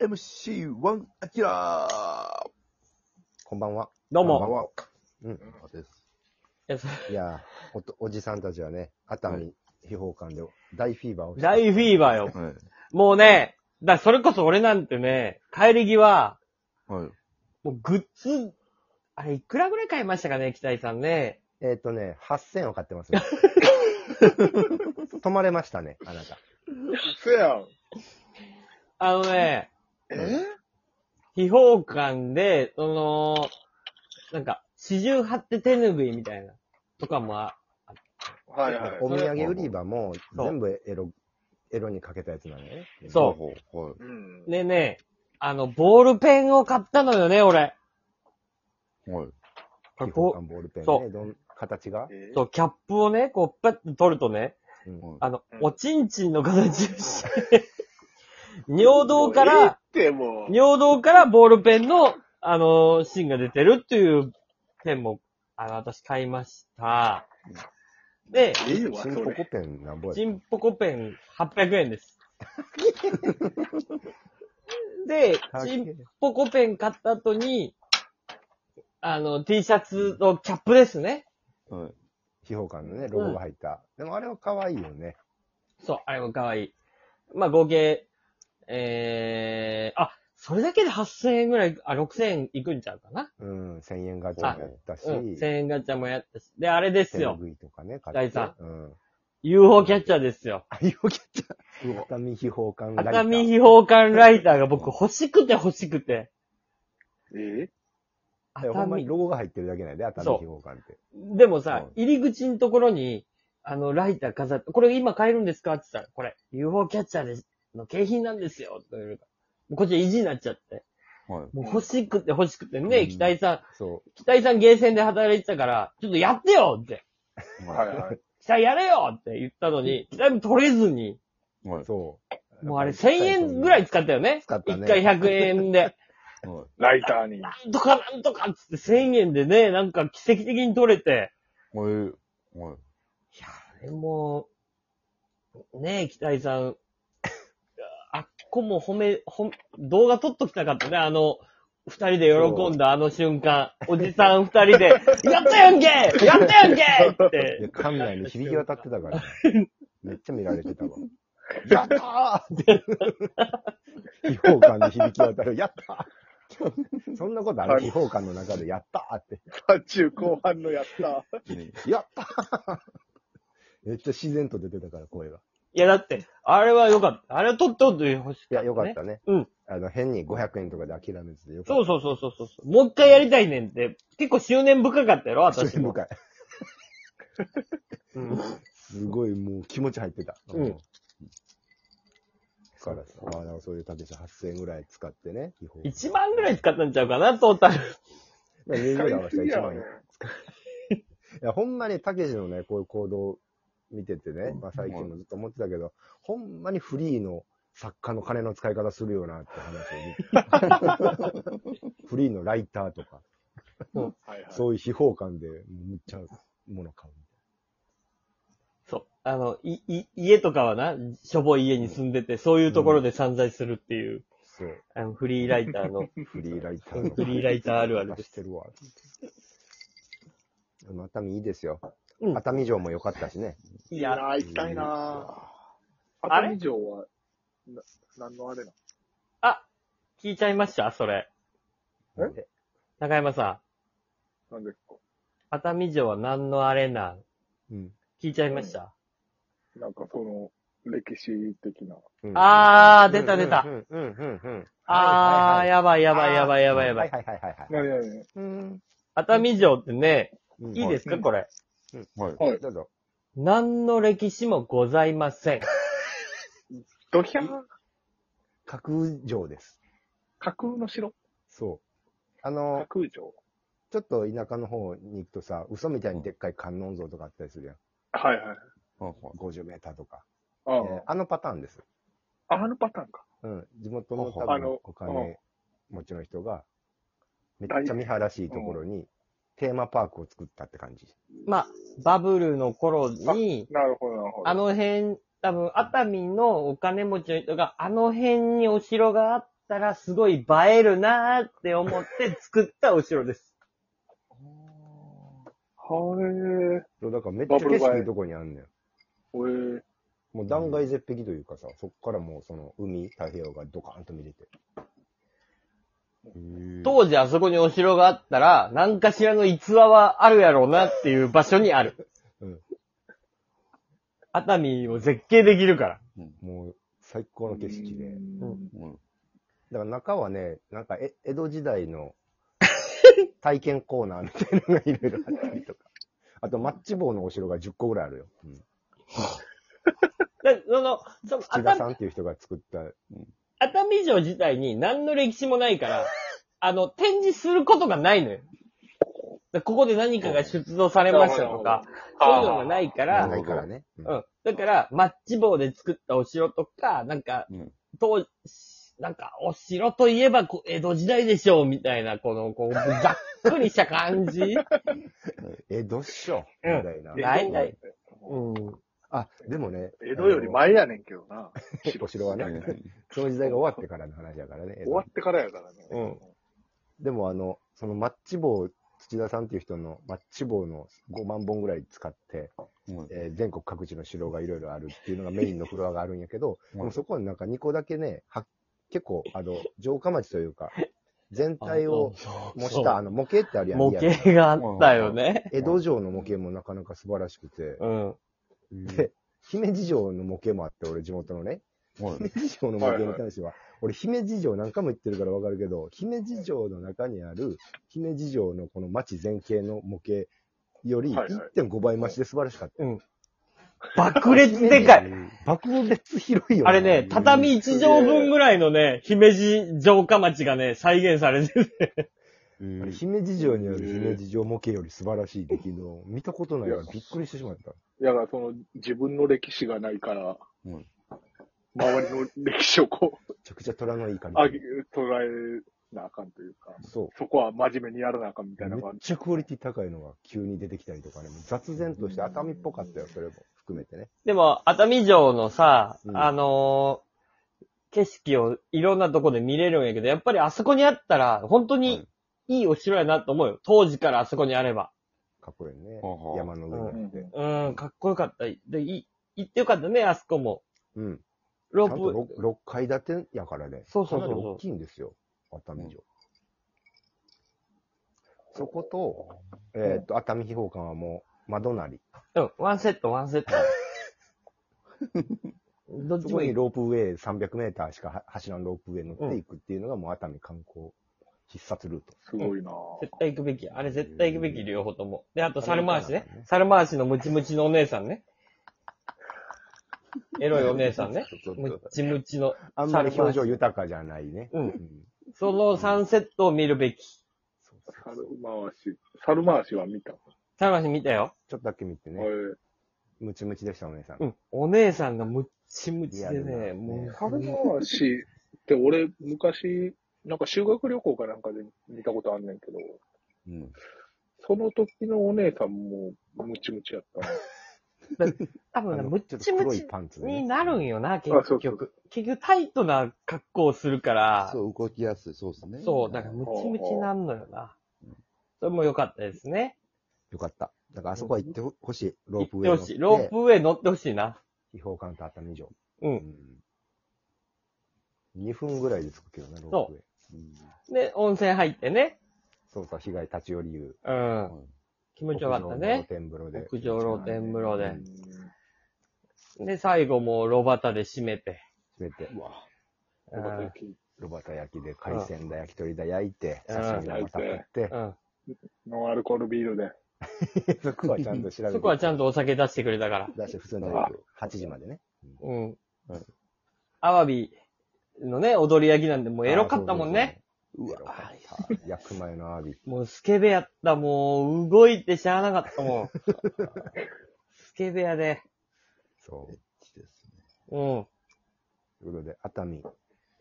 4MC1 アキラーこんばんは。どうこんばんも。は。うん。馬です。いやそいやーおと、おじさんたちはね、熱は海、秘宝館で大フィーバーをして大フィーバーよ。はもうね、だそれこそ俺なんてね、帰り際、い。はい。もうグッズ、あれいくらぐらい買いましたかね、北井さんね。えっ、とね、8000を買ってます、 ね。泊まれましたね、あなた。嘘やん。あのね、え秘宝館で、その、なんか、四十八手手ぬぐいみたいな、とかもあ、はいはい。お土産売り場もそう全部エロ、エロにかけたやつなのね。そうう。はい。うん。でね、あの、ボールペンを買ったのよね、俺。はい。こ秘れ宝こ館ボールペンそね。どん形がえう、そう、キャップをね、こう、パッと取るとね、うんはいあのう、んおちんちんの形をして、尿道から、ええってもう。尿道からボールペンの、あのー芯が出てるっていうペンも、あの、私買いました。で、いいわ、チンそポコれ。ペンなんぼやチンポコペン800円です。で、高いチンポコペン買った後に、あの、T シャツのキャップですね。はい。秘宝館のね、ロゴが入った。でもあれは可愛いよね。そう、あれも可愛い。まあ、合計、えー、あ、それだけで8000円ぐらい、あ、6000円いくんちゃうかな。うん、1000円ガチャもやったし、うん、1000手円ガチャもやったし。で、あれですよ。拭いとかね、大さうん。 UFO キャッチャーですよ。あ、よきちゃん。熱海秘宝館ライター熱海秘宝館ライターが僕欲しくて欲しくて。えいや熱ほんまに海。ロゴが入ってるだけなんで、熱海秘宝館って。でもさは、入り口のところに、あの、ライター飾って、これ今買えるんですかって言ったら、これ、UFO キャッチャーですの景品なんですよ。とか言うからもうこっち意地になっちゃって。はい。もう欲しくて欲しくてね、うん北井さそん、北井さんゲーセンで働いてたから、ちょっとやってよって。はいはい。北井やれよって言ったのに、北井も取れずに、い。はう、そう。もうあれ1000円ぐらい使ったよね。使ったね1回100円で。い。はい。ライターに。なんとかなんとかっつって1000円でね、なんか奇跡的に取れて。はい。はい。いや、あれもう、ねえ、北井さん。あっこも褒め、ほ動画撮っときたかったね、あの、二人で喜んだあの瞬間。おじさん二人で、 やったやんけやったやんけっいやて。館内に響き渡ってたから。 めっちゃ見られてたわ。やった秘宝館に響き渡る。やったーそんなことある秘宝館の中でやったーって。ー中後半のやったやったーめっちゃ自然と出てたから、声が。いや、だって、あれは良かった。あれは撮っとってほしかった、いね。や、よかったね。うん。あの、変に500円とかで諦めずでよかそっうそうそうそうそう。もう一回やりたいねんって。結構執念深かったやろ、た。私注意も。深い。うんすごいもう気持ち入ってた。うんだからさ、まあ、だからそういうたけし8000円ぐらい使ってね。違法1万ぐらい使ったんちゃうかな、トータル。まあ人数合わせたら1万円。い やや、ほんまにたけしのね、こういう行動見ててね、まあ最近もずっと思ってたけど、ほんまにフリーの作家の金の使い方するよなって話 を見てフリーのライターとか、はいはい。そういう秘宝感で、むっちゃ物買う。そう。あの、い、い、家とかはな、しょぼい家に住んでて、そういうところで散財するっていう、そう。あの、フリーライタ ーの、フリーライターの。フリーライターあるある ですしてるわ。でも熱海いいですよ。うん熱海城も良かったしね。いいやや、ー、行きたいなぁ。あれ熱海城は、な、何のあれな聞いちゃいましたそれ。え中山さのなんですかん。熱海城は何のあれなんうん。聞いちゃいました、なんかその、歴史的な。あー、出た出た。うんうんうんうん。あばー、やばいやばいやばいやばいやばはいい。はいはいはいはい。何やねうん。熱海城ってね、うんいいですか、うんこれ。はい。はい。どうぞ。何の歴史もございません。ドヒャー架空城です。架空の城そう。あ架の、空城ちょっと田舎の方に行くとさ、嘘みたいにでっかい観音像とかあったりするやん。はいはい。はい。 50メーターとか。あえーーあのパターンです。あ、あのパターンか。うん。地元の多あ分のお金持ちの人が、めっちゃ見晴らしいところに、テーマパークを作ったって感じ。まあ、バブルの頃に、なるほどなるほど。あの辺、多分、熱海のお金持ちの人が、あの辺にお城があったら、すごい映えるなーって思って作ったお城です。はい。そうだからめっちゃ景色いいとこにあんねん。おえもう断崖絶壁というかさ、そっからもうその海、太平洋がドカーンと見れて。ど 当時あそこにお城があったら、何かしらの逸話はあるやろうなっていう場所にある。うん熱海を絶景できるから。もう最高の景色で。うんうん。だから中はね、なんかえ江戸時代 の体験コーナーみたいなのがいろいろあったりとか。あとマッチ棒のお城が10個ぐらいあるよ。うん、だその、その土熱田海さんっていう人が作った。熱海城自体に何の歴史もない から、あの、展示することがないのよ。でここで何かが出土されましたとか、そういうのがないかあらーな、いからね。うんうん。だから、マッチ棒で作ったお城とか、なんかうん、当なんか、お城といえばこう江戸時代でしょう、みたいな、この、こう、ざっくりした 感じ。江戸っしょ。みうんたいな。ないない。うん。あ、でもね。江戸より前やねんけどな。お城はね、その時代が終わってからの話だからね。江戸終わってからやからね。うんでもあの、そのマッチ棒、土田さんっていう人のマッチ棒の5万本ぐらい使って、うんえー全国各地の城がいろいろあるっていうのがメインのフロアがあるんやけど、でもそこになんか2個だけね、は結構、あの、城下町というか、全体を模した、あの、模型ってあるやん。模リアル型があったよね。江戸城の模型もなかなか素晴らしくて、うん。で、姫路城の模型もあって、俺地元のはいね、姫路城の模型に関しては、俺姫路城何回も言ってるからわかるけど、姫路城の中にある、姫路城のこの町全景の模型よりはいはい1.5倍増しで素晴らしかった。爆裂でかい。爆裂広いよあれね、畳一畳分ぐらいのね、姫路城下町がね、再現されてる。あれ姫路城にある姫路城模型より素晴らしい出来の、見たことないからびっくりしてしまった。いや、だからその、自分の歴史がないから、うん周りの歴史をこう、めちゃくちゃ虎のいい感あじげ、。捉えなあかんというか、そそこは真面目にやらなあかんみう。たいめなっ感じ。ちゃクオリティ高いのが急に出てきたりとかね、もう雑然として熱海っぽかったよ、それも含めてね。でも、熱海城のさ、うんあのー景色をいろんなとこで見れるんやけど、やっぱりあそこにあったら、本当にいいお城やなと思うよ。当時からあそこにあれば。かっこいいねはあは。あ山の上にあって。うーん、かっこよかった。で、い、行ってよかったね、あそこも。うん。ロちゃんとー 6, プ。六階建てやからね。そうそうそうそうかなり大きいんですよ、熱海城。そこと、えっ、と、熱海秘宝館はもう、窓なり。うん、ワンセット、ワンセ ット。どっそちこもいにい。ロープウェイ300メーターしかは走らんロープウェイ乗っていくっていうのがもう熱海観光必殺ルート。すごいなあ絶対行くべき。あれ絶対行くべき、両方とも。で、あとあれ猿回しね行かなあかんね。猿回しのムチムチのお姉さ んね。エロいお姉さんね。ムチムチの。あんまり表情豊かじゃないね。うんんそのサンセットを見るべき。そうそう猿そう回し。猿回しは見た。サルマシ見たよ。ちょっとだけ見てね。えムチムチでした、お姉さん。うん。お姉さんがムッチムチでリアルね、なもう、猿回しって俺、昔、なんか修学旅行かなんかで見たことあんねんけど、うん。その時のお姉さんもムチムチやったな。多分あね、のムちょッっチとム黒いチパンツでねになるんよな、結あそうそうそ局。結局タイトな格好をするから、そう、動きやすい、そうですね。そう、だからムチムチなんのよな。それも良かったですね。よかった。だからあそこは行ってほしい。ロープウェイ乗行っって。ほしてい。ロープウェイ乗ってほしいな。秘宝館と熱海城。うん2分ぐらいで着くけどな、ロープウェイ。うん。で、温泉入ってね。そうそう、被害立ち寄り湯。うん。はい気持ちよかった屋上の露ね。天風呂で。屋上露天風呂うで。んで、最後もう炉端で締めて。閉めて、うわ。うよかったん。聞い炉端焼きで海鮮だ、焼き鳥だ焼いて、うん刺身だまた食ってう、ん。ノンアルコールビールで。 そこはちゃんと調べて。そこはちゃんと。とお酒出してくれたから。だし、普通にあ8時までね。うんうん。アワビのね、踊り焼きなんで、もうエロかったもんね。そうそうそう。うわ、エロかった焼く前のアワビ。もうスケベやった、もう動いてしゃあなかっ たもん。スケベやで。そう。エッチですね。うん。ということで、熱海、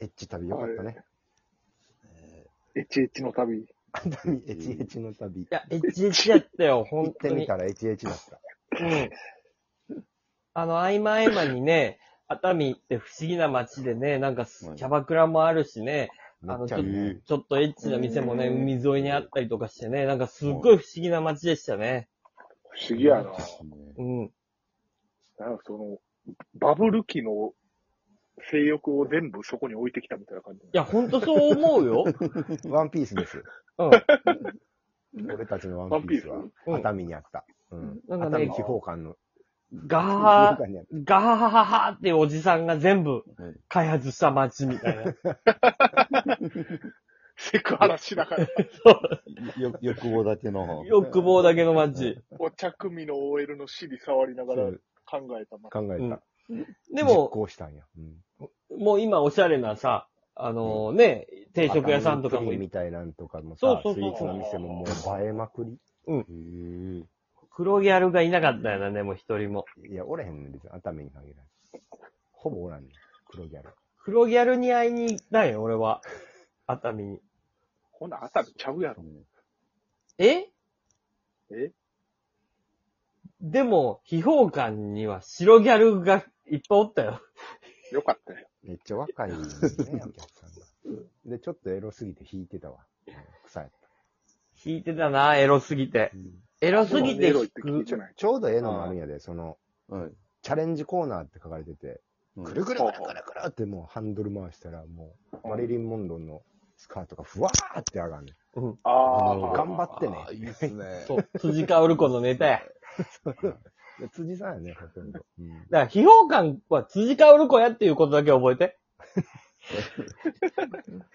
エッチ旅よかったね。エチエチの旅。熱海、エチエチの旅い。や、エッチエッチやったよ、行本って当みに。たらエチエチだった。うん。あの、合間合間にね、熱海って不思議な街でね、なんかすはいキャバクラもあるしね、めあのっちゃいいね。ちょっとエッチな店もね、うん海沿いにあったりとかしてね、なんかすっごい不思議な街でしたね。不思議やな。ねうん。なんかその、バブル期の性欲を全部そこに置いてきたみたいな感じ。いや、ほんとそう思うよ。ワンピースです。うん。 俺たちのワンピースはワン、うん熱海にあった。うん。なんか熱ね海地方間の。ガハ地方間にあっガハハハハっていうおじさんが全部開発した街みたいな。セクハラしな がら、よ、欲望だけの。欲望だけの街。お茶組の OL の尻触りなたがら考えた。ま考えた。で実も、行したんや。うん。もう今おしゃれなさ、あのね、定食屋さんとか熱も海プリンみたいなんとかもそうさ、そうそスうイーツの店ももう映えまくり。へー黒ギャルがいなかったよな、でも一人も。いや、おれへんねん、別に。熱海に限らず。ほぼおらんねん。黒ギャル。黒ギャルに会いに行ったんよ、俺 は。熱海に。ほな、当たるちゃうやろ。ええでも、秘宝館には白ギャルがいっぱいおったよ。よかったよ。めっちゃ若い ね、お客さんが。で、ちょっとエロすぎて引いてたわ。うん臭い。弾いてたな、エロすぎて。エロすぎてエロ弾いって聞いてく。ない。ちょうどええのもあるんやで、その、はい。チャレンジコーナーって書かれてて、うんくるくるくるくるくるってもうハンドル回したら、もう、マリリン・モンロンのスカートがふわーって上がんねん。うん。あああ、の頑張ってねあーいいっすね。そう、辻香織子のネタや。で辻さんやね、ほとんど。 うんだから、秘宝館は辻香織子やっていうことだけ覚えて。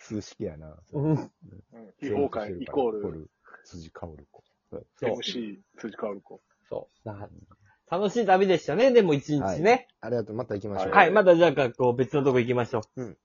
数式やな。うん。うん違法感イコール、ル。辻香る子。そう。 MC 辻川る子。そう。だから楽しい旅でしたね、でも一日ね。ありがとう。また行きましょう。はい、またじゃあ、こう別のとこ行きましょう。うん。